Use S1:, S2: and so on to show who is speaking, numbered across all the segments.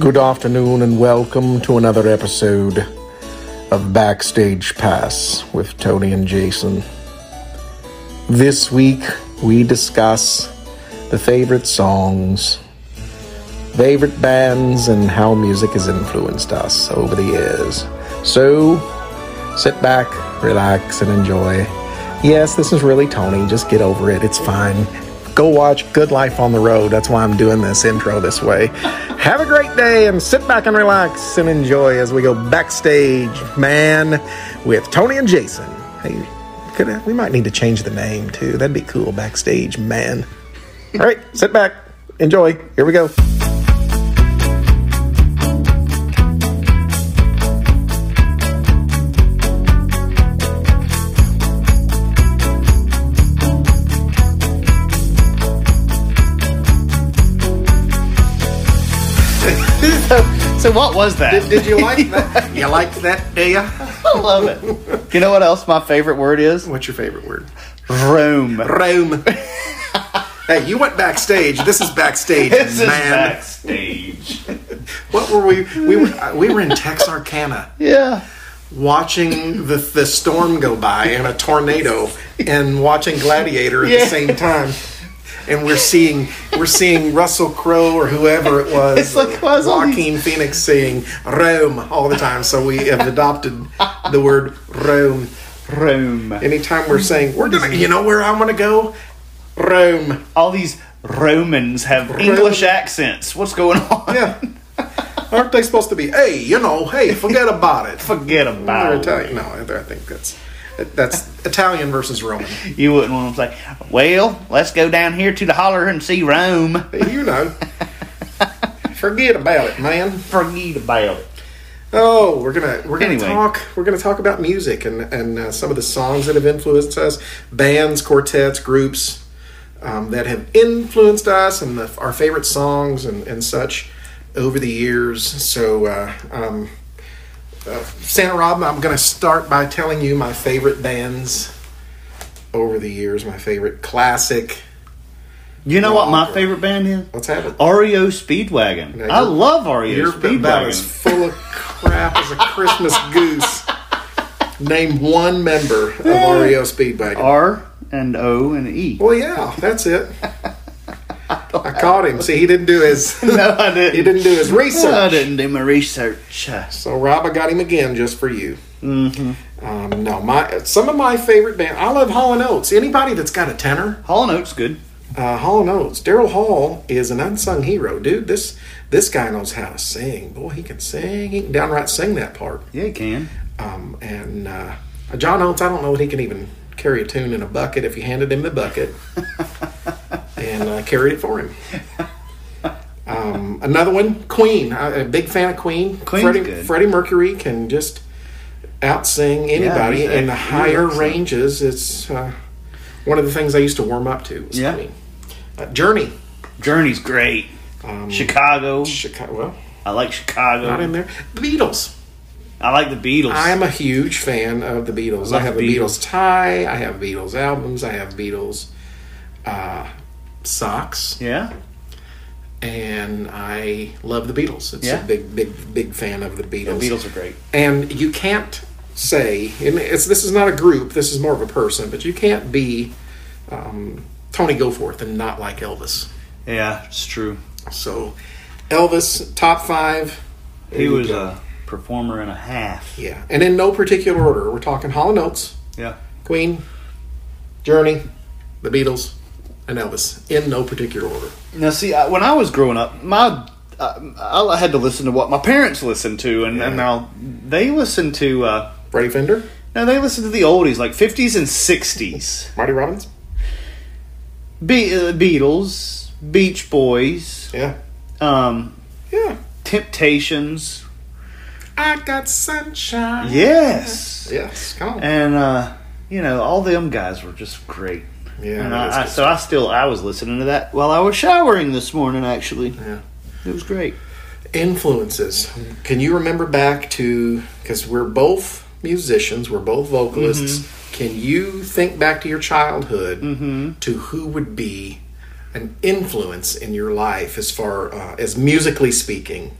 S1: Good afternoon, and welcome to another episode of Backstage Pass with Tony and Jason. This week, we discuss the favorite songs, favorite bands, and how music has influenced us over the years. So, sit back, relax, and enjoy. Yes, this is really Tony. Just get over it. It's fine. Go watch Good Life on the Road. That's why I'm doing this intro this way. Have a great day and sit back and relax and enjoy as we go backstage, man, with Tony and Jason. Hey, could, we might need to change the name too. That'd be cool. Backstage, man. All right, sit back, enjoy. Here we go.
S2: So what was that?
S1: Did you like that? you liked that, do you?
S2: I love it. You know what else my favorite word is?
S1: What's your favorite word?
S2: Room.
S1: Rome. hey, you went backstage. This is backstage,
S2: This is
S1: man.
S2: backstage.
S1: What were we? We were, uh, we were in Texarkana
S2: Yeah.
S1: watching the, the storm go by and a tornado, and watching Gladiator at
S2: Yeah.
S1: the same time. And we're seeing we're seeing Russell Crowe or whoever it was,
S2: It's like, why is all these-
S1: Joaquin Phoenix singing Rome all the time. So we have adopted the word Rome.
S2: Room.
S1: Anytime we're saying we're gonna, you know where I'm gonna go, Rome.
S2: All these Romans have English accents. What's going on?
S1: Yeah. Aren't they supposed to be? Hey, you know, hey, forget about it.
S2: Forget
S1: They're
S2: about it.
S1: Italian. No, I I think that's that's Italian versus Roman.
S2: You wouldn't want to say, well, let's go down here to the holler and see Rome.
S1: You know. Forget about it, man.
S2: Forget about it.
S1: Oh, we're gonna we're gonna
S2: Anyway.
S1: talk we're gonna talk about music and and uh, some of the songs that have influenced us, bands, quartets, groups um, that have influenced us, and the, our favorite songs and, and such over the years. So, uh, um, uh, Santa Rob, I'm gonna start by telling you my favorite bands over the years, my favorite classic.
S2: You know what my favorite band is?
S1: Let's have it.
S2: REO Speedwagon. I love REO
S1: You're about as
S2: Speedwagon.
S1: full of crap as a Christmas goose. Name one member of
S2: Eh.
S1: E REO Speedwagon.
S2: R and O and E.
S1: Well, yeah, that's it. I caught him. See, he didn't do his
S2: No, I didn't.
S1: he didn't do his
S2: I
S1: research.
S2: didn't do my research.
S1: So Rob, I got him again just for you. Mm-hmm. Um, no, my some of my favorite band. I love Hall and Oates. Anybody that's got a tenor,
S2: Hall and Oates good.
S1: uh, Hall and Oates. Daryl Hall is an unsung hero, dude. This this guy knows how to sing. Boy, he can sing. He can downright sing that part.
S2: Yeah, he can.
S1: Um, and uh, John Oates, I don't know that he can even carry a tune in a bucket if you handed him the bucket and uh, carried it for him. Um, another one, Queen. I, a big fan of Queen.
S2: Queen's
S1: Freddie,
S2: good.
S1: Freddie Mercury can just outsing anybody
S2: he's
S1: in the
S2: a- he's
S1: higher
S2: excellent.
S1: ranges. It's uh, one of the things I used to warm up to. Was
S2: Yeah.
S1: Queen. Uh, Journey.
S2: Journey's great.
S1: Um,
S2: Chicago.
S1: Chicago. Well,
S2: I like
S1: not in
S2: Chicago.
S1: there. The Beatles.
S2: I like the Beatles.
S1: I am a huge fan of the Beatles. I
S2: Love
S1: have a
S2: the Beatles.
S1: Beatles tie. I have Beatles albums. I have Beatles uh, socks,
S2: yeah.
S1: and I love the Beatles. It's
S2: Yeah.
S1: a big, big, big fan of the
S2: The
S1: Beatles.
S2: Beatles are great.
S1: And you can't say, and it's this is not a group. This is more of a person. But you can't be um, Tony Goforth and not like Elvis.
S2: Yeah, it's true.
S1: So, Elvis top five. There
S2: He
S1: you
S2: was
S1: go.
S2: a performer and a half.
S1: yeah, and in no particular order. We're talking Hall and Oates.
S2: Yeah.
S1: Queen, Journey, The Beatles, and Elvis in no particular order.
S2: Now, see, I, when I was growing up, my I, I had to listen to what my parents listened to, and, and now they listened to. Uh,
S1: Freddie Fender,
S2: now they listened to the oldies, like fifties and sixties.
S1: Marty Robbins,
S2: Be- uh, Beatles, Beach Boys,
S1: yeah,
S2: um,
S1: yeah.
S2: Temptations.
S1: I got sunshine.
S2: Yes.
S1: Yes, come on.
S2: and uh, you know all them guys were just great.
S1: Yeah,
S2: and
S1: that is
S2: I, I,
S1: good
S2: so I still I was listening to that while I was showering this morning. Actually,
S1: Yeah.
S2: it was great.
S1: Influences. Can you remember back to because we're both musicians, we're both vocalists. Can you think back to your childhood to who would be an influence in your life as far uh, as musically speaking?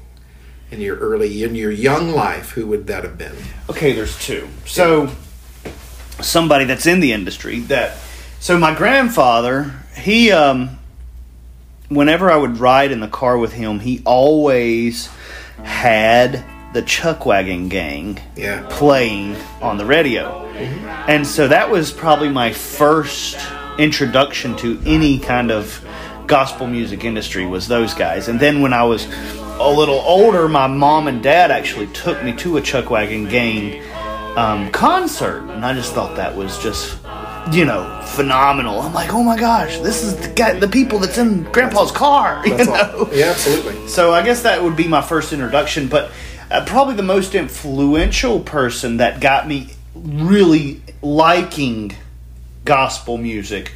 S1: in your early in your young life, who would that have been?
S2: Okay, there's two. So somebody that's in the industry that so my grandfather, he um whenever I would ride in the car with him, he always had the Chuck Wagon Gang
S1: Yeah.
S2: playing on the radio.
S1: Mm-hmm.
S2: And so that was probably my first introduction to any kind of gospel music industry was those guys. And then when I was a little older, my mom and dad actually took me to a Chuck Wagon Gang um, concert, and I just thought that was just. You know, phenomenal. I'm like, oh my gosh, this is the guy, the people that's in Grandpa's car. You
S1: That's
S2: know?
S1: all. Yeah, absolutely.
S2: So I guess that would be my first introduction, but uh, probably the most influential person that got me really liking gospel music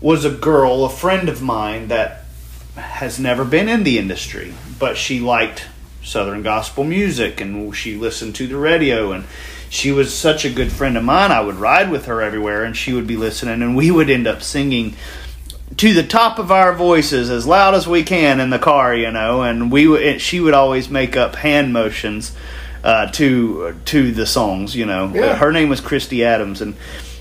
S2: was a girl, a friend of mine that has never been in the industry, but she liked Southern gospel music and she listened to the radio and she was such a good friend of mine. I would ride with her everywhere and she would be listening and we would end up singing to the top of our voices as loud as we can in the car, you know, and we w- and she would always make up hand motions uh, to to the songs, you know.
S1: Yeah.
S2: Her name was Christy Adams and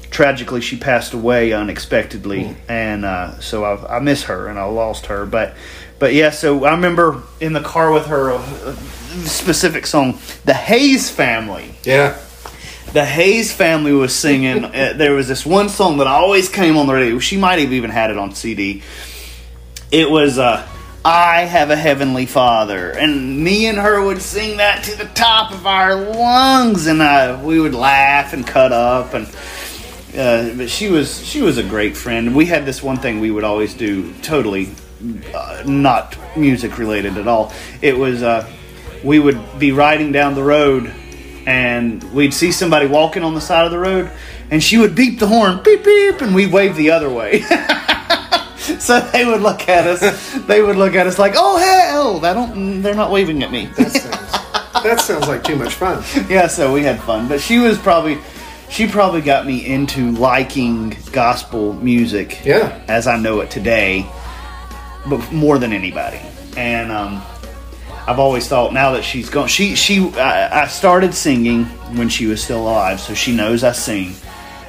S2: tragically she passed away unexpectedly and uh, so I, I miss her and I lost her but but yeah so I remember in the car with her a, a specific song the Hayes family
S1: Yeah.
S2: the Hayes family was singing uh, there was this one song that always came on the radio she might have even had it on CD it was uh I have a heavenly father, and me and her would sing that to the top of our lungs, and uh, we would laugh and cut up, and uh, but she was she was a great friend. We had this one thing we would always do, totally uh, not music related at all. It was uh, we would be riding down the road, and we'd see somebody walking on the side of the road, and she would beep the horn, beep beep, and we'd wave the other way. So they would look at us. They would look at us like, "Oh hell, they don't. They're not waving at me."
S1: That sounds, that sounds like too much fun.
S2: yeah, so we had fun. But she was probably, she probably got me into liking gospel music.
S1: Yeah.
S2: as I know it today, but more than anybody. And um, I've always thought now that she's gone, she she I, I started singing when she was still alive, so she knows I sing,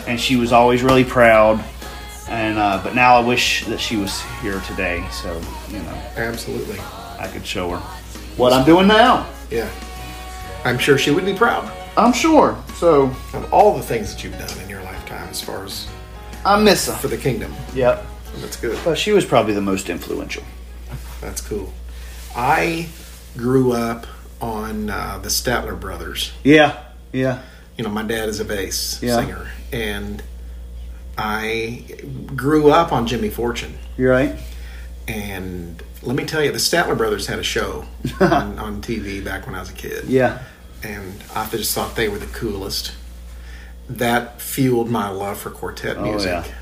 S2: and she was always really proud. And uh, but now I wish that she was here today, so you know.
S1: Absolutely.
S2: I could show her what I'm doing now.
S1: Yeah. I'm sure she would be proud
S2: I'm sure. So
S1: of all the things that you've done in your lifetime as far as
S2: I miss her.
S1: for the kingdom.
S2: Yep.
S1: That's good.
S2: But she was probably the most influential.
S1: That's cool. I grew up on uh, the Statler Brothers.
S2: Yeah. Yeah.
S1: you know, my dad is a bass
S2: Yeah.
S1: singer, and I grew up on Jimmy Fortune.
S2: You're right.
S1: And let me tell you, the Statler Brothers had a show on, on TV back when I was a kid,
S2: Yeah.
S1: and I just thought they were the coolest. That fueled my love for quartet
S2: Oh,
S1: music,
S2: yeah.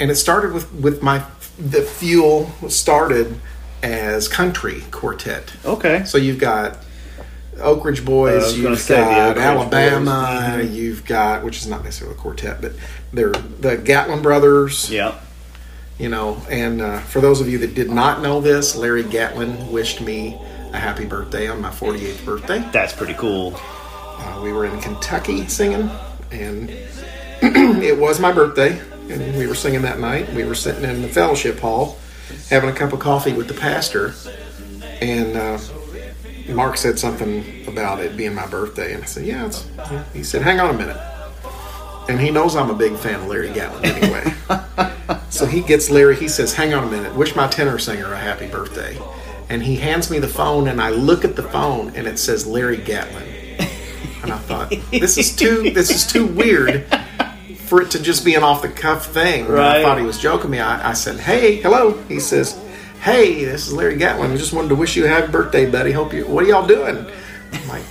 S1: and it started with with my the fuel started as country quartet.
S2: Okay.
S1: So you've got Oak Ridge Boys,
S2: I was gonna
S1: you've
S2: say the
S1: got
S2: Oak Ridge
S1: Alabama, you've got which is not necessarily a quartet, but they're the Gatlin brothers.
S2: Yeah.
S1: You know, and uh, for those of you that did not know this, Larry Gatlin wished me a happy birthday on my 48th birthday.
S2: That's pretty cool.
S1: Uh, we were in Kentucky singing, and it was my birthday, and we were singing that night. We were sitting in the fellowship hall, having a cup of coffee with the pastor, and uh, Mark said something about it being my birthday, and I said, "Yeah." It's, he said, "Hang on a minute," and he knows I'm a big fan of Larry Gatlin anyway. so he gets Larry. He says, "Hang on a minute. Wish my tenor singer a happy birthday." And he hands me the phone, and I look at the phone, and it says Larry Gatlin and I thought this is too this is too weird for it to just be an off the cuff thing. And
S2: Right.
S1: I thought he was joking me. I, I said, "Hey, hello." He says, "Hey, this is Larry Gatlin. Just wanted to wish you a happy birthday, buddy. Hope you. What are y'all doing?" I'm like,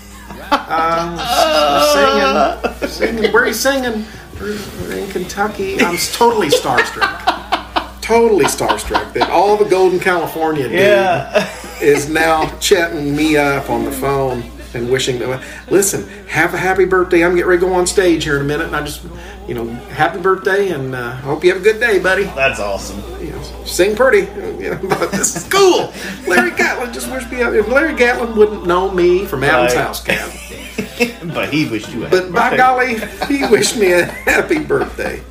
S1: uh, we're singing, singing. Where are you singing? We're, we're in Kentucky. I'm totally starstruck. Totally starstruck that all the Golden California dude
S2: Yeah.
S1: is now chatting me up on the phone. and wishing them. Listen, have a happy birthday. I'm getting ready to go on stage here in a minute, and I just, you know, happy birthday, and uh, hope you have a good day, buddy.
S2: That's awesome.
S1: You know, sing pretty. You know, but this is cool. Larry Gatlin just wished me. out. If Larry Gatlin wouldn't know me from Adam's
S2: Right.
S1: house, Cap.
S2: But he wished you a
S1: But by
S2: happy
S1: golly, he wished me a happy birthday.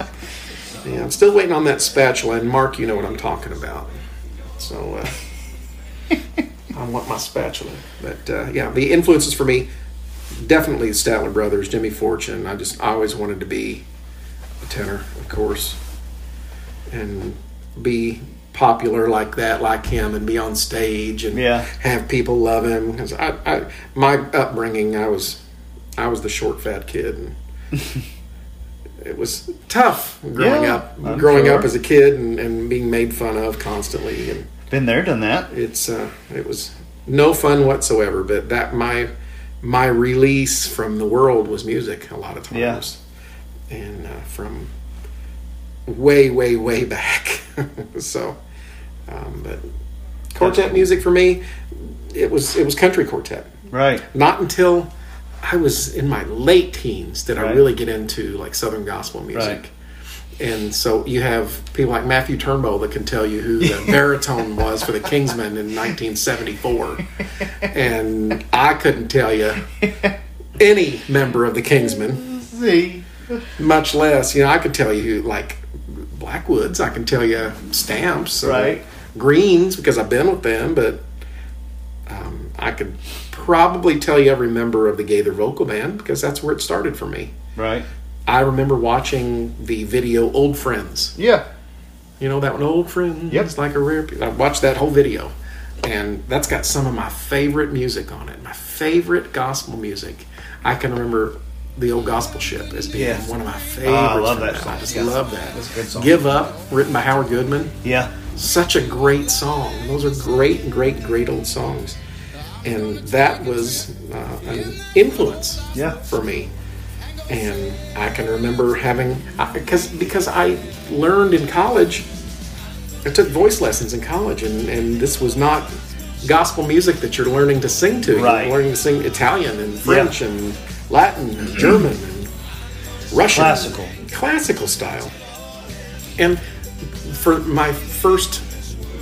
S1: Yeah, I'm still waiting on that spatula, and Mark, you know what I'm talking about. So uh, I want my spatula. But uh, yeah, the influences for me definitely the Statler Brothers, Jimmy Fortune. I just I always wanted to be a tenor, of course, and be popular like that, like him, and be on stage and
S2: Yeah.
S1: have people love him. Because I, I, my upbringing, I was, I was the short fat kid, and it was tough growing
S2: Yeah,
S1: up,
S2: I'm
S1: growing
S2: sure.
S1: up as a kid, and, and being made fun of constantly, and
S2: Been there, done that.
S1: it's uh, it was no fun whatsoever. But that my my release from the world was music a lot of
S2: Yeah.
S1: times, and uh, from way way way back. so, um, but quartet music for me, it was it was country quartet.
S2: Right.
S1: Not until I was in my late teens did I
S2: Right.
S1: really get into like Southern gospel music.
S2: Right.
S1: And so you have people like Matthew Turnbull that can tell you who the baritone was for the Kingsmen in 1974. And I couldn't tell you any member of the Kingsmen,
S2: See.
S1: much less, you know, I could tell you like Blackwoods, I can tell you Stamps, or
S2: Right.
S1: Greens because I've been with them, but um, I could probably tell you every member of the Gaither Vocal Band because that's where it started for me.
S2: Right.
S1: I remember watching the video Old Friends.
S2: Yeah.
S1: You know that one, Old Friends?
S2: Yep.
S1: Like a rare. I watched that whole video, and that's got some of my favorite music on it. My favorite gospel music. I can remember the old gospel ship as being
S2: Yes.
S1: one of my favorites.
S2: Ah, I love
S1: from
S2: that
S1: them.
S2: song.
S1: I just
S2: Yes.
S1: love that.
S2: That's a good song.
S1: Give Up, written by Howard Goodman
S2: Yeah.
S1: such a great song. Those are great, great, great old songs, and that was uh, an influence
S2: Yeah.
S1: for me. And I can remember having because because I learned in college. I took voice lessons in college, and, and this was not gospel music that you're learning to sing to.
S2: Right.
S1: You're learning to sing Italian and French and Latin and German and Russian.
S2: Classical.
S1: Classical style. And for my first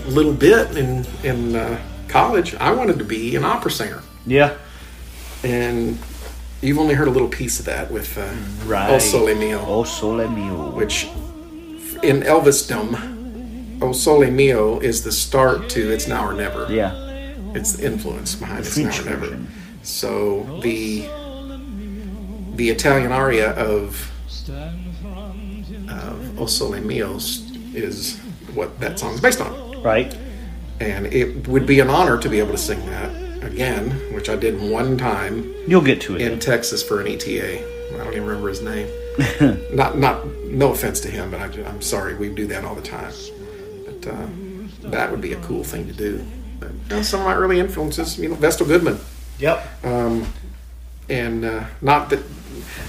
S1: little bit in in uh, college, I wanted to be an opera singer,
S2: Yeah.
S1: and you've only heard a little piece of that with uh,
S2: Right.
S1: "O Sole Mio,"
S2: Oh, sole mio.
S1: which in Elvisdom, "O Sole Mio" is the start to "It's Now or Never."
S2: Yeah.
S1: It's the influence behind "It's
S2: French
S1: Now or Never."
S2: version.
S1: So the the Italian aria of of "O Sole Mio" is what that song's based on.
S2: Right.
S1: and it would be an honor to be able to sing that again, which I did one time
S2: You'll get to it.
S1: in Texas for an ETA. I don't even remember his name. not, not, no offense to him, but I, am sorry. We do that all the time. But uh, that would be a cool thing to do. But you know, some of my early influences, you know, Vestal Goodman,
S2: yep.
S1: and uh, not that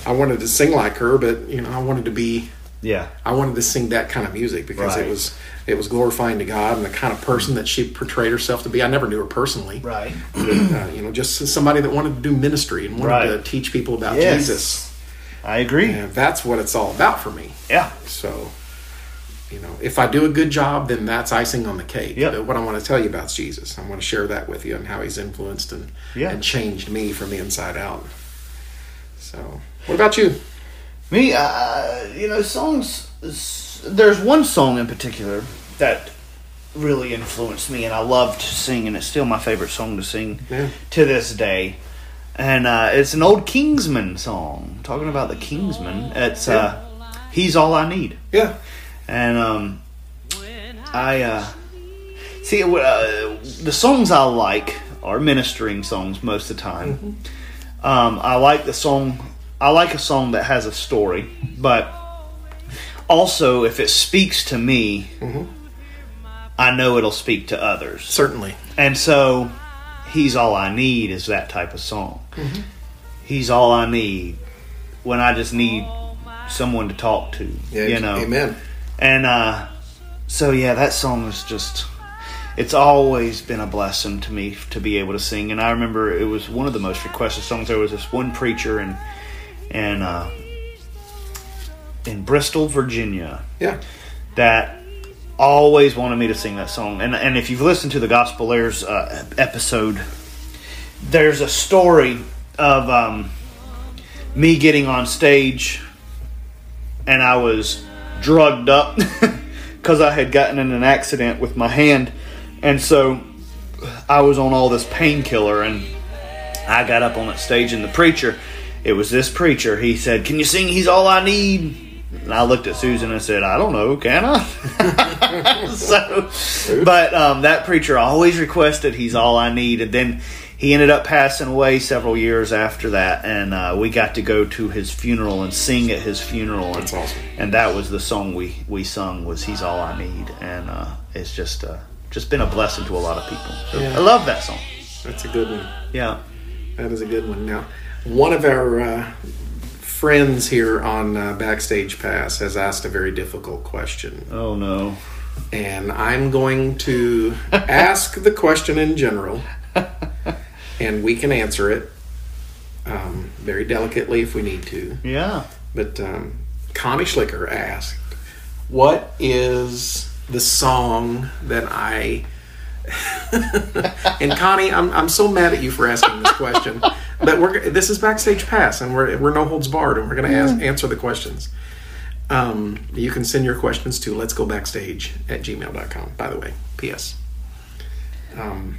S1: I wanted to sing like her, but you know, I wanted to be
S2: yeah.
S1: I wanted to sing that kind of music because
S2: Right.
S1: it was it was glorifying to God and the kind of person that she portrayed herself to be. I never knew her personally,
S2: Right.
S1: uh, you know, just somebody that wanted to do ministry and wanted
S2: Right.
S1: to teach people about
S2: Yes.
S1: Jesus.
S2: I agree.
S1: And that's what it's all about for me.
S2: Yeah.
S1: So, you know, if I do a good job, then that's icing on the cake.
S2: Yep.
S1: But what I want to tell you about is Jesus. I want to share that with you and how he's influenced and,
S2: Yeah.
S1: and changed me from the inside out. So, what about you?
S2: Me, uh, you know, songs. s- There's one song in particular that really influenced me, and I loved singing. It's still my favorite song to sing
S1: Yeah.
S2: to this day. And uh, it's an old Kingsman song. Talking about the Kingsman, it's uh, "He's All I Need."
S1: Yeah.
S2: and um, I uh, see uh, the songs I like are ministering songs most of the time. Um, I like the song. I like a song that has a story, but also if it speaks to me, I know it'll speak to others.
S1: Certainly.
S2: And so, He's All I Need is that type of song. He's All I Need when I just need someone to talk to.
S1: Yeah,
S2: you know?
S1: Amen.
S2: And uh, so, yeah, that song is just. it's always been a blessing to me to be able to sing. And I remember it was one of the most requested songs. There was this one preacher in in uh, in Bristol, Virginia,
S1: Yeah.
S2: that always wanted me to sing that song. And and if you've listened to the Gospel Airs uh, episode, there's a story of um, me getting on stage, and I was drugged up because I had gotten in an accident with my hand, and so I was on all this painkiller and. I got up on that stage and the preacher, it was this preacher, he said, Can you sing He's All I Need? And I looked at Susan and said, I don't know, can I? so, but um, that preacher always requested He's All I Need. And then he ended up passing away several years after that. And uh, we got to go to his funeral and sing at his funeral.
S1: That's
S2: and,
S1: awesome.
S2: And that was the song we, we sung was He's All I Need. And uh, it's just, uh, just been a blessing to a lot of people. So
S1: Yeah.
S2: I love that song.
S1: That's a good one.
S2: Yeah.
S1: That is a good one. Now, one of our uh, friends here on uh, Backstage Pass has asked a very difficult question,
S2: Oh, no.
S1: and I'm going to ask the question in general, and we can answer it um, very delicately if we need to.
S2: Yeah.
S1: But um, Connie Schlicker asked, "What is the song that I?" and Connie, I'm, I'm so mad at you for asking this question. but we're this is backstage pass, and we're we're no holds barred, and we're going to
S2: Mm.
S1: ask, answer the questions. Um, you can send your questions to let's go backstage at gmail.com. By the way, P.S. Um,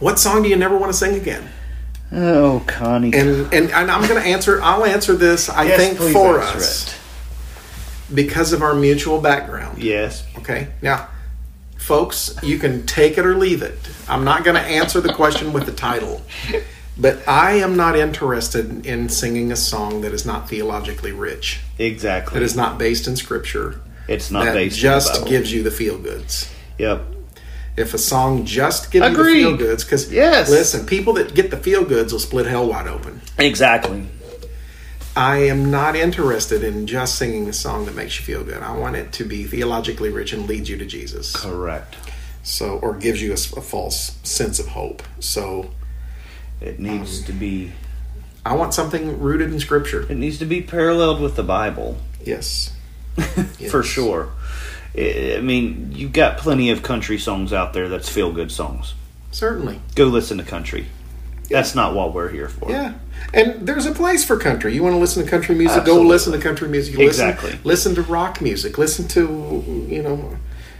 S1: what song do you never want to sing again?
S2: Oh, Connie.
S1: and and, and I'm going to answer. I'll answer this. I
S2: Yes,
S1: think
S2: please
S1: for
S2: answer
S1: us
S2: it.
S1: because of our mutual background.
S2: Yes.
S1: Okay. Now, folks, you can take it or leave it. I'm not going to answer the question with the title, but I am not interested in singing a song that is not theologically rich,
S2: Exactly.
S1: that is not based in Scripture,
S2: it's not
S1: that
S2: based
S1: just
S2: on the Bible.
S1: gives you the feel goods
S2: Yep.
S1: if a song just gives
S2: Agreed.
S1: you the feel goods because
S2: Yes.
S1: listen people that get the feel goods will split hell wide open
S2: Exactly.
S1: i am not interested in just singing a song that makes you feel good i want it to be theologically rich and leads you to jesus
S2: Correct.
S1: so or gives you a, s- a false sense of hope so
S2: It needs to be.
S1: i want something rooted in scripture
S2: It needs to be paralleled with the Bible
S1: yes
S2: for
S1: Yes.
S2: sure. I I mean, you've got plenty of country songs out there that's feel good songs.
S1: certainly
S2: Go listen to country. That's not what we're here for.
S1: yeah and there's a place for country you want to listen to country music
S2: Absolutely.
S1: go listen to country music listen,
S2: Exactly.
S1: listen to rock music listen to you know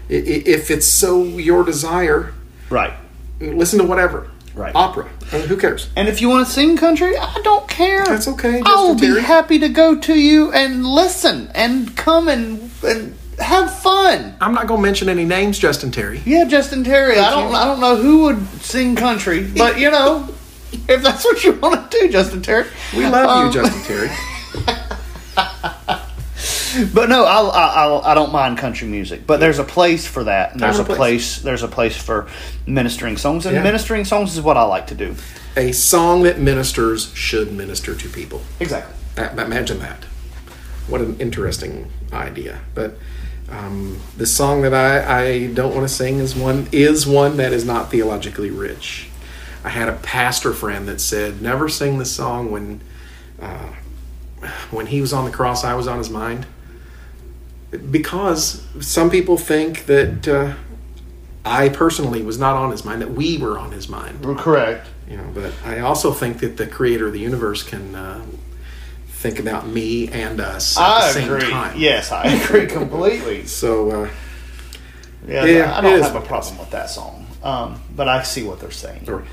S1: i- i- if it's so your desire
S2: Right.
S1: listen to whatever.
S2: Right.
S1: Opera. I mean, who cares?
S2: And if you want to sing country, I don't care.
S1: That's okay,
S2: I will
S1: Mr. Terry.
S2: be happy to go to you and listen and come and, and have fun.
S1: I'm not going to mention any names, Justin Terry.
S2: Yeah, Justin Terry. I don't. I don't know who would sing country, but you know, if that's what you want to do, Justin Terry.
S1: We love
S2: Um,
S1: you, Justin Terry.
S2: But no, I, I, I, I don't mind country music. But there's a place for that, and
S1: Time
S2: there's a
S1: and
S2: place.
S1: place.
S2: There's a place for ministering songs, and
S1: Yeah.
S2: ministering songs is what I like to do.
S1: A song that ministers should minister to people.
S2: Exactly.
S1: That, that- imagine that. What an interesting idea. But um, the song that I, I don't want to sing is one is one that is not theologically rich. I had a pastor friend that said, "Never sing the song when uh, when he was on the cross, I was on his mind," because some people think that uh, I personally was not on his mind; that we were on his mind
S2: Correct.
S1: you know but i also think that the creator of the universe can uh, think about me and us at the
S2: I
S1: same
S2: agree.
S1: time
S2: Yes, I agree completely.
S1: so uh,
S2: Yeah,
S1: Yeah,
S2: I don't
S1: it is.
S2: have a problem with that song. Um, but I see what they're saying.
S1: or uh,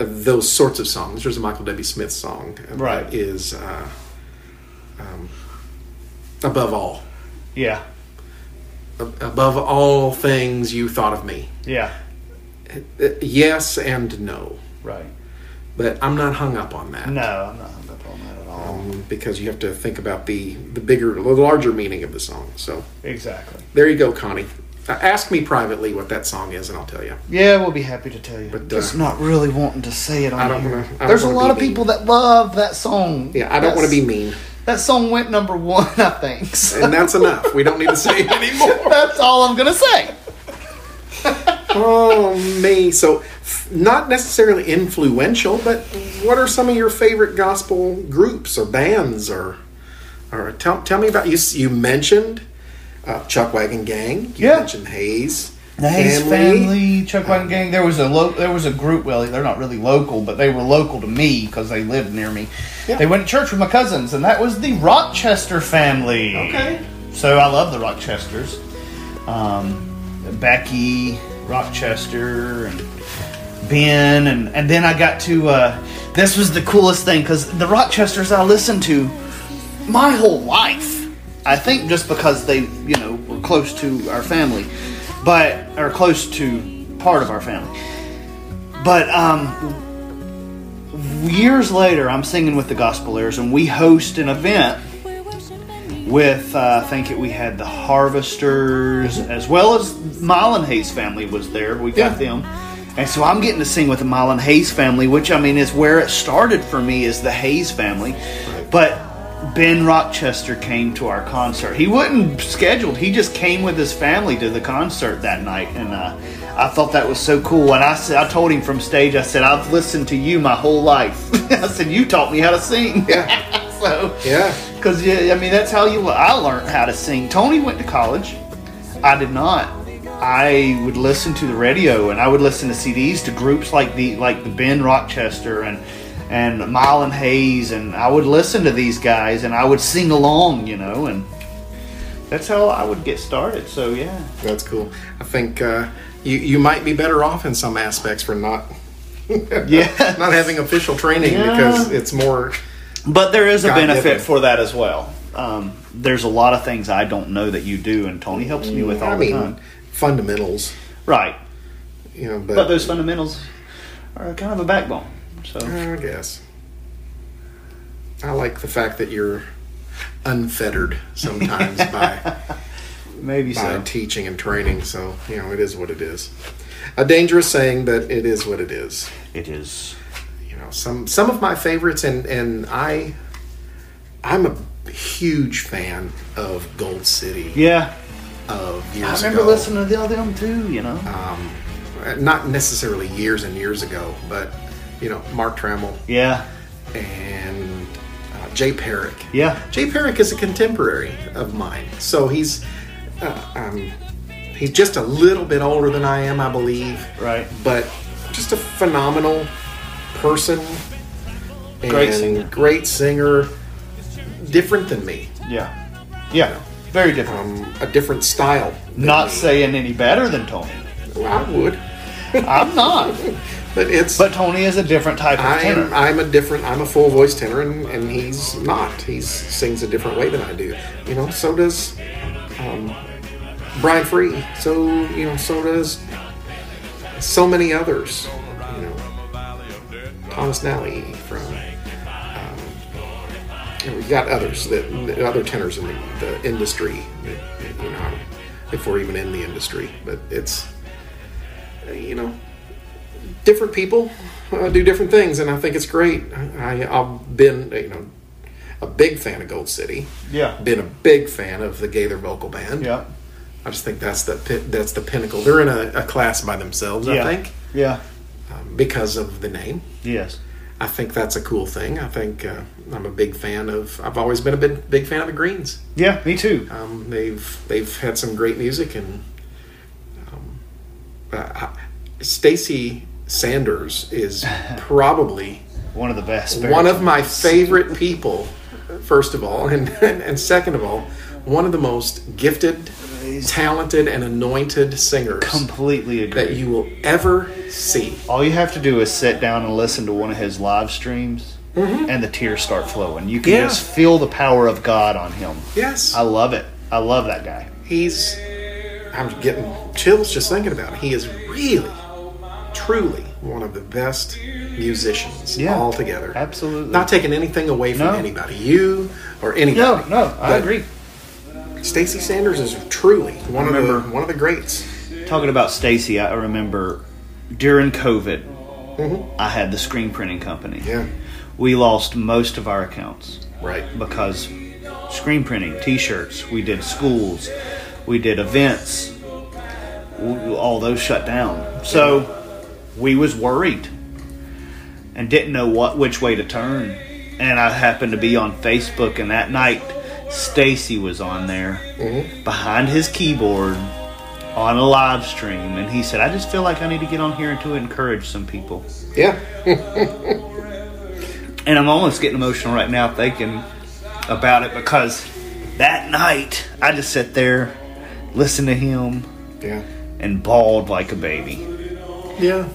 S1: those sorts of songs there's a michael w smith song uh,
S2: Right.
S1: that is uh, um, above all
S2: Yeah.
S1: ab- above all things you thought of me
S2: Yeah.
S1: Uh, yes and no
S2: Right.
S1: but i'm not hung up on that
S2: No, I'm not hung up on that at all.
S1: um, because you have to think about the the bigger the larger meaning of the song so
S2: Exactly.
S1: There you go, Connie. Uh, ask me privately what that song is, and I'll tell you.
S2: Yeah, we'll be happy to tell you.
S1: But,
S2: just
S1: uh,
S2: not really wanting to say it on
S1: I don't
S2: here.
S1: wanna- I don't
S2: There's a
S1: wanna
S2: lot
S1: be
S2: of people that love that song.
S1: Yeah, I don't
S2: That's-
S1: want to be mean,
S2: That song went number one, I think. So
S1: and that's enough. We don't need to say it anymore.
S2: that's all I'm gonna say.
S1: Oh me. So f- not necessarily influential, but what are some of your favorite gospel groups or bands or or tell tell me about you s- you mentioned uh, Chuck Wagon Gang. You
S2: Yeah.
S1: mentioned Hayes.
S2: The Hayes family, Chuck Wagon Gang. There was a lo- there was a group. Well, they're not really local, but they were local to me because they lived near me.
S1: Yeah.
S2: They went to church with my cousins, and that was the Rochester family.
S1: Okay.
S2: So I love the Rochesters. Um, Becky Rochester and Ben, and and then I got to. Uh, this was the coolest thing because the Rochesters I listened to my whole life. I think just because they, you know, were close to our family, but or close to part of our family. But um, years later, I'm singing with the Gospelers, and we host an event with uh, I think it, we had the Harvesters as well as Mylon Hayes family was there. We got
S1: Yeah.
S2: them, and so I'm getting to sing with the Mylon Hayes family, which I mean is where it started for me is the Hayes family. But Ben Rochester came to our concert. He wasn't scheduled. He just came with his family to the concert that night, and uh, I thought that was so cool. And I said, I told him from stage, I said, I've listened to you my whole life. I said, you taught me how to sing.
S1: Yeah.
S2: so
S1: Yeah.
S2: because yeah, I mean that's how you. I learned how to sing. Tony went to college. I did not. I would listen to the radio and I would listen to CDs to groups like the like the Ben Rochester and and Mylon Hayes and I would listen to these guys and I would sing along, you know, and that's how I would get started. So yeah,
S1: That's cool. I think uh, you you might be better off in some aspects for not
S2: yeah.
S1: not having official training
S2: Yeah.
S1: because it's more
S2: But there is a
S1: God
S2: benefit
S1: given.
S2: for that as well. Um, there's a lot of things I don't know that you do, and Tony helps me with all
S1: I
S2: the
S1: mean
S2: time.
S1: fundamentals.
S2: Right.
S1: You know,
S2: But those fundamentals are kind of a backbone. So
S1: I guess. I like the fact that you're unfettered sometimes by,
S2: maybe
S1: by
S2: so.
S1: teaching and training. So, you know, it is what it is. A dangerous saying, but it is what it is.
S2: It is.
S1: You know, some some of my favorites and and I I'm a huge fan of Gold City
S2: Yeah.
S1: of
S2: I
S1: years
S2: remember
S1: ago.
S2: listening to all them too, you know?
S1: Uh, Not necessarily years and years ago, but you know, Mark Trammell
S2: yeah.
S1: and uh, Jay Perrick.
S2: Yeah.
S1: Jay Perrick is a contemporary of mine, so he's uh, um, he's just a little bit older than I am, I believe,
S2: Right.
S1: but just a phenomenal person, and
S2: Great singer.
S1: great singer, different than me,
S2: Yeah. Yeah. Very different.
S1: um, a different style. than
S2: not
S1: me.
S2: saying any better than Tony.
S1: Well, I would,
S2: I'm not.
S1: but it's
S2: But Tony is a different type of
S1: I am,
S2: tenor.
S1: I'm a different, I'm a full voice tenor, and, and he's not. He sings a different way than I do. You know, so does um, Brian Free. So, you know, so does so many others. You know, Thomas Nally from. um, you know, We've got others that that other tenors in the, the industry, that- that, you know, if we're even in the industry, but it's you know different people uh, do different things, and I think it's great. I, I've been, you know, a big fan of Gold City.
S2: Yeah.
S1: Been a big fan of the Gaither Vocal Band.
S2: Yeah.
S1: I just think that's the pi- that's the pinnacle. They're in a, a class by themselves,
S2: Yeah.
S1: I think,
S2: Yeah.
S1: um, because of the name.
S2: Yes.
S1: I think that's a cool thing. I think uh, I'm a big fan of. I've always been a big, big fan of the Greens.
S2: Yeah, me too.
S1: Um, they've they've had some great music and um, uh, Stacy Sanders is probably
S2: One of the best.
S1: one of my favorite people. First of all, and and second of all, one of the most gifted, talented, and anointed singers
S2: completely agree.
S1: that you will ever see.
S2: All you have to do is sit down and listen to one of his live streams, and the tears start flowing. You can
S1: Yeah.
S2: just feel the power of God on him.
S1: Yes,
S2: I love it. I love that guy.
S1: he's. I'm getting chills just thinking about it. He is really, truly one of the best musicians
S2: Yeah.
S1: altogether.
S2: Absolutely.
S1: Not taking anything away from
S2: No.
S1: anybody, you or anybody.
S2: no, no, I
S1: But
S2: agree.
S1: Stacy Sanders is truly one of the
S2: Remember-
S1: one of the greats.
S2: Talking about Stacy, I remember during COVID, I had the screen printing company.
S1: Yeah,
S2: We lost most of our accounts
S1: right.
S2: because screen printing, t shirts, we did schools, we did events. w- all those shut down. So we was worried and didn't know what which way to turn. And I happened to be on Facebook, and that night Stacy was on there behind his keyboard on a live stream, and he said, "I just feel like I need to get on here and to encourage some people."
S1: Yeah.
S2: and I'm almost getting emotional right now thinking about it because that night I just sat there, listened to him,
S1: Yeah.
S2: and bawled like a baby.
S1: Yeah.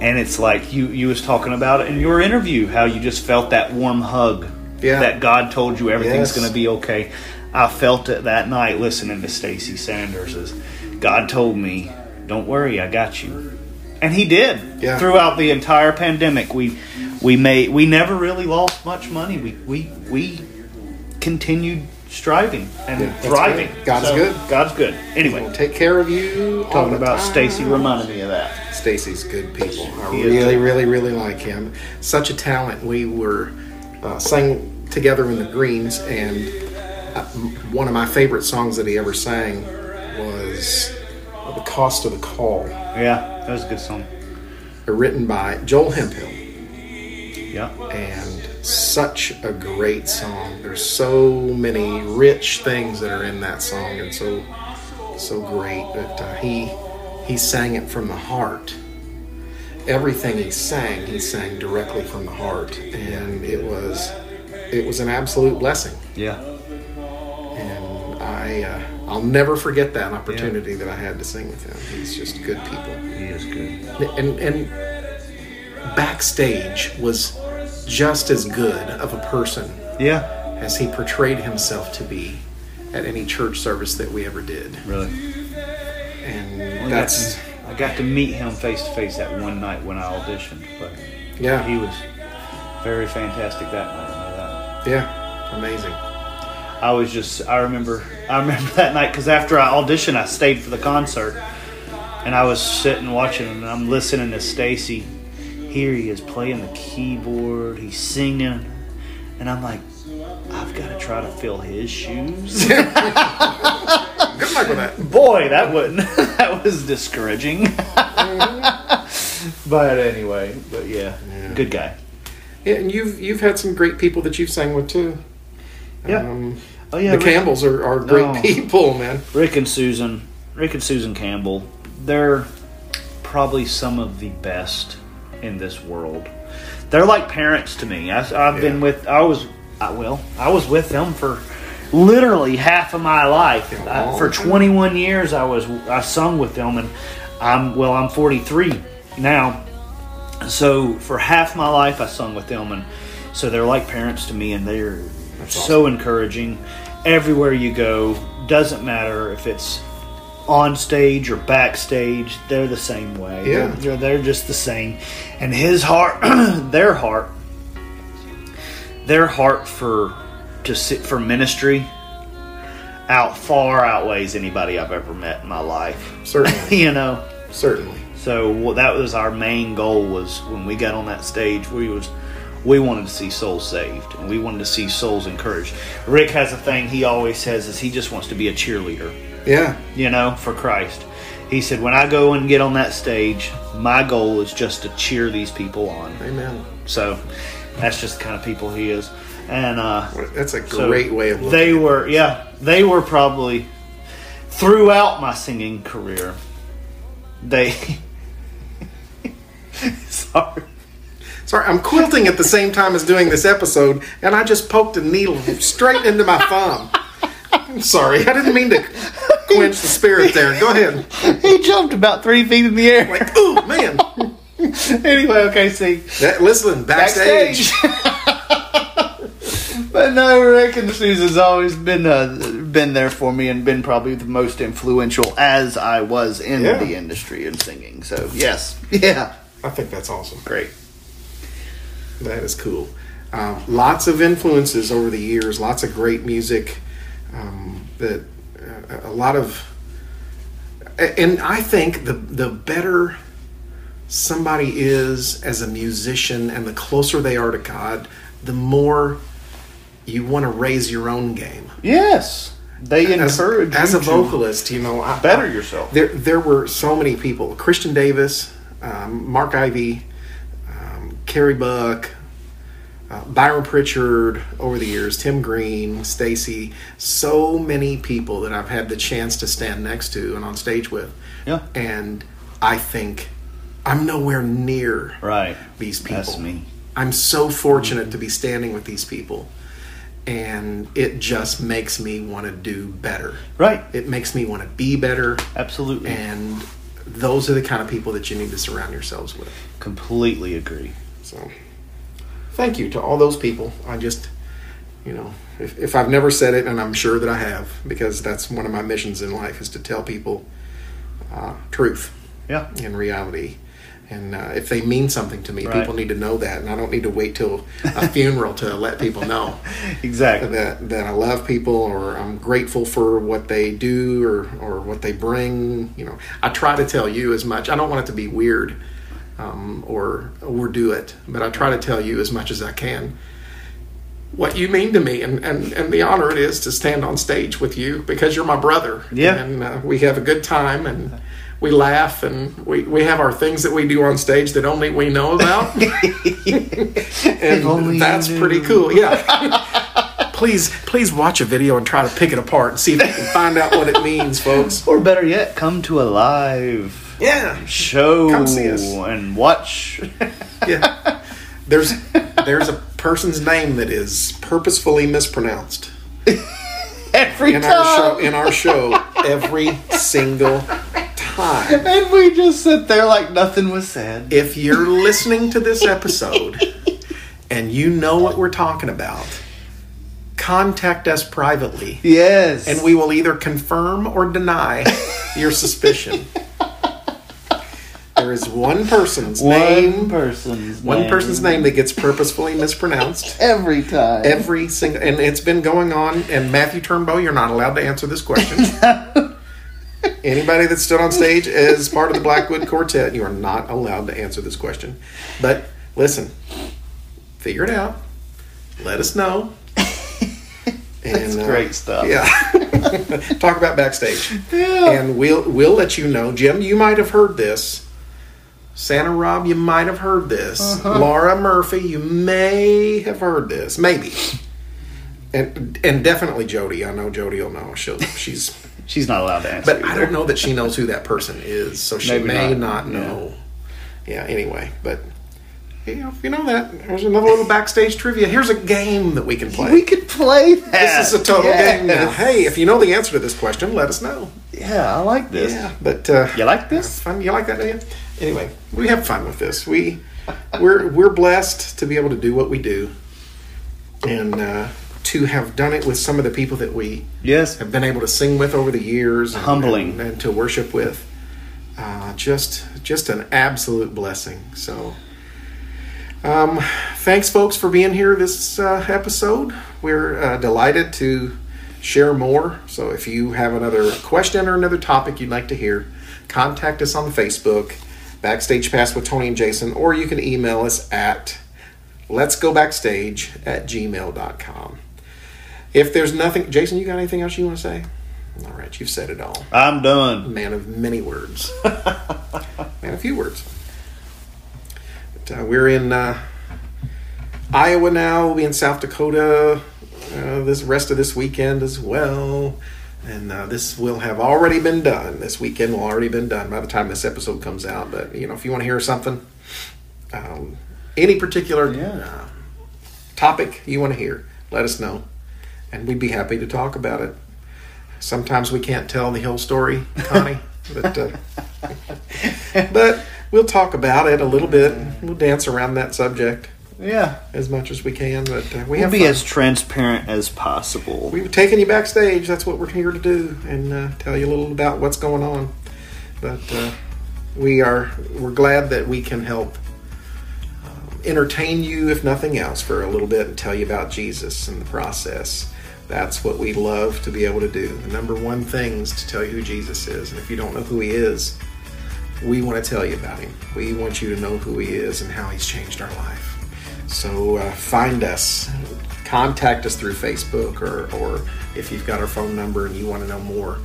S2: And it's like you you was talking about it in your interview how you just felt that warm hug
S1: Yeah.
S2: that God told you everything's
S1: Yes.
S2: going to be okay. I felt it that night listening to Stacy Sanders as God told me, "Don't worry, I got you." And he did.
S1: Yeah.
S2: Throughout the entire pandemic, we we made we never really lost much money. We we we continued striving and
S1: Yeah, that's
S2: thriving.
S1: good. God's good.
S2: God's good. Anyway,
S1: Take care of you. all
S2: talking
S1: the
S2: about
S1: time.
S2: Stacy reminded me of that.
S1: Stacy's good people. I
S2: He is.
S1: really, really, really like him. Such a talent. We were uh, sang together in the Greens, and uh, m- one of my favorite songs that he ever sang was "The Cost of the Call,"
S2: Yeah, that was a good song.
S1: written by Joel Hemphill.
S2: Yeah.
S1: and such a great song. There's so many rich things that are in that song, and so so great. But uh, he he sang it from the heart. Everything he sang, he sang directly from the heart, and it was it was an absolute blessing.
S2: Yeah.
S1: And I uh, I'll never forget that opportunity that I had to sing with him. He's just good people
S2: He is good.
S1: and and backstage was just as good of a person
S2: Yeah.
S1: as he portrayed himself to be at any church service that we ever did
S2: Really.
S1: and
S2: I
S1: that's
S2: got to, I got to meet him face to face that one night when I auditioned, but he
S1: yeah
S2: was very fantastic that night. I know that.
S1: yeah amazing
S2: I was just I remember I remember that night because after I auditioned, I stayed for the concert, and I was sitting watching, and I'm listening to Stacy. Here he is playing the keyboard, he's singing, and I'm like, I've got to try to fill his shoes.
S1: good luck with that
S2: boy, that wouldn't that was discouraging.
S1: Mm-hmm.
S2: but anyway, but yeah, good guy.
S1: yeah, and you've you've had some great people that you've sang with too
S2: Yeah.
S1: um,
S2: oh yeah,
S1: the
S2: Rick,
S1: campbells are, are great
S2: No.
S1: people man
S2: Rick and Susan, Rick and Susan Campbell, they're probably some of the best in this world. They're like parents to me. I, have been
S1: Yeah.
S2: with I was I, well I was with them for literally half of my life.
S1: Yeah,
S2: I- for
S1: long time.
S2: 21 years I was I sung with them and I'm well I'm 43 now. So for half my life, I sung with them, and so they're like parents to me, and they're so encouraging. Everywhere you go, doesn't matter if it's on stage or backstage, they're the same way.
S1: Yeah.
S2: they're, they're just the same. And his heart, their heart, their heart for to sit for ministry out far outweighs anybody I've ever met in my life.
S1: certainly
S2: You know.
S1: certainly
S2: So well, that was our main goal was when we got on that stage, we was we wanted to see souls saved and we wanted to see souls encouraged. Rick has a thing he always says is he just wants to be a cheerleader,
S1: yeah
S2: you know, for Christ. He said, "When I go and get on that stage, my goal is just to cheer these people on."
S1: amen
S2: So that's just the kind of people he is. And uh
S1: that's a
S2: so
S1: great way of looking
S2: They were, yeah, they were probably throughout my singing career. They, sorry,
S1: Sorry, I'm quilting at the same time as doing this episode, and I just poked a needle straight into my thumb. I'm sorry, I didn't mean to quench the spirit there. Go ahead.
S2: he jumped about three feet in the air.
S1: Like, ooh, man.
S2: anyway, okay, see,
S1: That, listen, backstage.
S2: backstage. But no, Rick and Susan's always been uh, been there for me and been probably the most influential as I was in
S1: Yeah.
S2: the industry and singing. So yes, yeah,
S1: I think that's awesome.
S2: great.
S1: That is cool. Um, lots of influences over the years. Lots of great music. Um, that uh, a lot of, a- and I think the the better somebody is as a musician, and the closer they are to God, the more you want to raise your own game.
S2: Yes, They
S1: as,
S2: encourage
S1: as
S2: you
S1: a vocalist, you know, I,
S2: to better yourself.
S1: there there were so many people: Christian Davis, um, Mark Ivy, um, Carrie Buck, uh, Byron Pritchard. Over the years, Tim Green, Stacy. So many people that I've had the chance to stand next to and on stage with,
S2: Yeah.
S1: and I think I'm nowhere near
S2: Right.
S1: these people.
S2: That's me.
S1: I'm so fortunate to be standing with these people, and it just makes me want to do better.
S2: Right.
S1: It makes me want to be better,
S2: Absolutely.
S1: and those are the kind of people that you need to surround yourselves with.
S2: Completely agree.
S1: So, thank you to all those people. I just, you know, if, if I've never said it, and I'm sure that I have, because that's one of my missions in life is to tell people uh, truth
S2: Yeah.
S1: in reality. And uh, if they mean something to me,
S2: Right.
S1: people need to know that, and I don't need to wait till a funeral to let people know
S2: Exactly.
S1: that that I love people or I'm grateful for what they do or or what they bring. You know, I try to tell you as much. I don't want it to be weird um, or overdo it, but I try to tell you as much as I can what you mean to me and, and, and the honor it is to stand on stage with you because you're my brother.
S2: Yeah.
S1: And uh, we have a good time and we laugh and we, we have our things that we do on stage that only we know about. and
S2: only you
S1: that's
S2: knew.
S1: pretty cool. Yeah. please, please watch a video and try to pick it apart and see if you can find out what it means, folks.
S2: Or better yet, come to a live
S1: Yeah.
S2: show
S1: Come see us.
S2: and watch.
S1: Yeah. There's there's a person's name that is purposefully mispronounced.
S2: Every
S1: in our
S2: time.
S1: show in our show every single time.
S2: And we just sit there like nothing was said.
S1: If you're listening to this episode and you know what we're talking about, contact us privately
S2: Yes.
S1: and we will either confirm or deny your suspicion. There is one person's
S2: one
S1: name,
S2: person's
S1: one
S2: name.
S1: person's name that gets purposefully mispronounced.
S2: every time.
S1: every single and it's been going on and matthew turnbow you're not allowed to answer this question anybody that's stood on stage as part of the blackwood quartet you are not allowed to answer this question but listen figure it out let us know and, uh,
S2: It's great stuff.
S1: yeah talk about backstage
S2: Yeah.
S1: and we'll we'll let you know jim you might have heard this santa rob you might have heard this
S2: Uh-huh.
S1: laura murphy you may have heard this maybe and and definitely jody i know jody will know she'll she's
S2: She's not allowed to answer.
S1: but i don't know that she knows who that person is so she
S2: Maybe
S1: may
S2: not.
S1: not, know yeah. anyway but you know, if you know that there's another little backstage trivia here's a game that we can play
S2: we could play that.
S1: this is a total
S2: Yes.
S1: game now. Hey, if you know the answer to this question, let us know.
S2: Yeah, I like this.
S1: Yeah, but uh,
S2: You like this?
S1: fun. You like that, Dan? Anyway, we have fun with this. We we're we're blessed to be able to do what we do, and uh, to have done it with some of the people that we
S2: Yes.
S1: have been able to sing with over the years, and,
S2: Humbling.
S1: and, and to worship with. Uh, just just an absolute blessing. So. Um, thanks, folks, for being here this uh, episode. We're uh, delighted to share more. So, if you have another question or another topic you'd like to hear, contact us on Facebook, Backstage Pass with Tony and Jason, or you can email us at let's go backstage at gmail.com. If there's nothing, Jason, you got anything else you want to say? All right, you've said it all.
S2: I'm done.
S1: Man of many words. Man of few words. But, uh, we're in uh, Iowa now. We'll be in South Dakota uh, this rest of this weekend as well. And uh, this will have already been done. This weekend will already been done by the time this episode comes out. But you know, if you want to hear something, um, any particular
S2: Yeah.
S1: uh, topic you want to hear, let us know, and we'd be happy to talk about it. Sometimes we can't tell the whole story, Connie, but uh, but we'll talk about it a little bit. We'll dance around that subject
S2: Yeah.
S1: as much as we can. But uh, we
S2: We'll
S1: have
S2: be
S1: fun.
S2: as transparent as possible.
S1: we've taken you backstage. That's what we're here to do, and uh, tell you a little about what's going on. But uh, we are we're glad that we can help um, entertain you, if nothing else, for a little bit and tell you about Jesus and the process. That's what we love to be able to do. The number one thing is to tell you who Jesus is, and if you don't know who He is, we want to tell you about Him. We want you to know who He is and how He's changed our life. So uh, find us, contact us through Facebook or, or if you've got our phone number and you want to know more,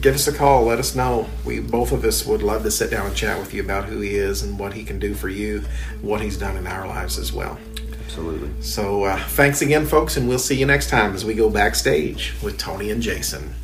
S1: give us a call. Let us know. We both of us would love to sit down and chat with you about who he is and what he can do for you, what he's done in our lives as well.
S2: Absolutely.
S1: So uh, thanks again, folks, and we'll see you next time as we go backstage with Tony and Jason.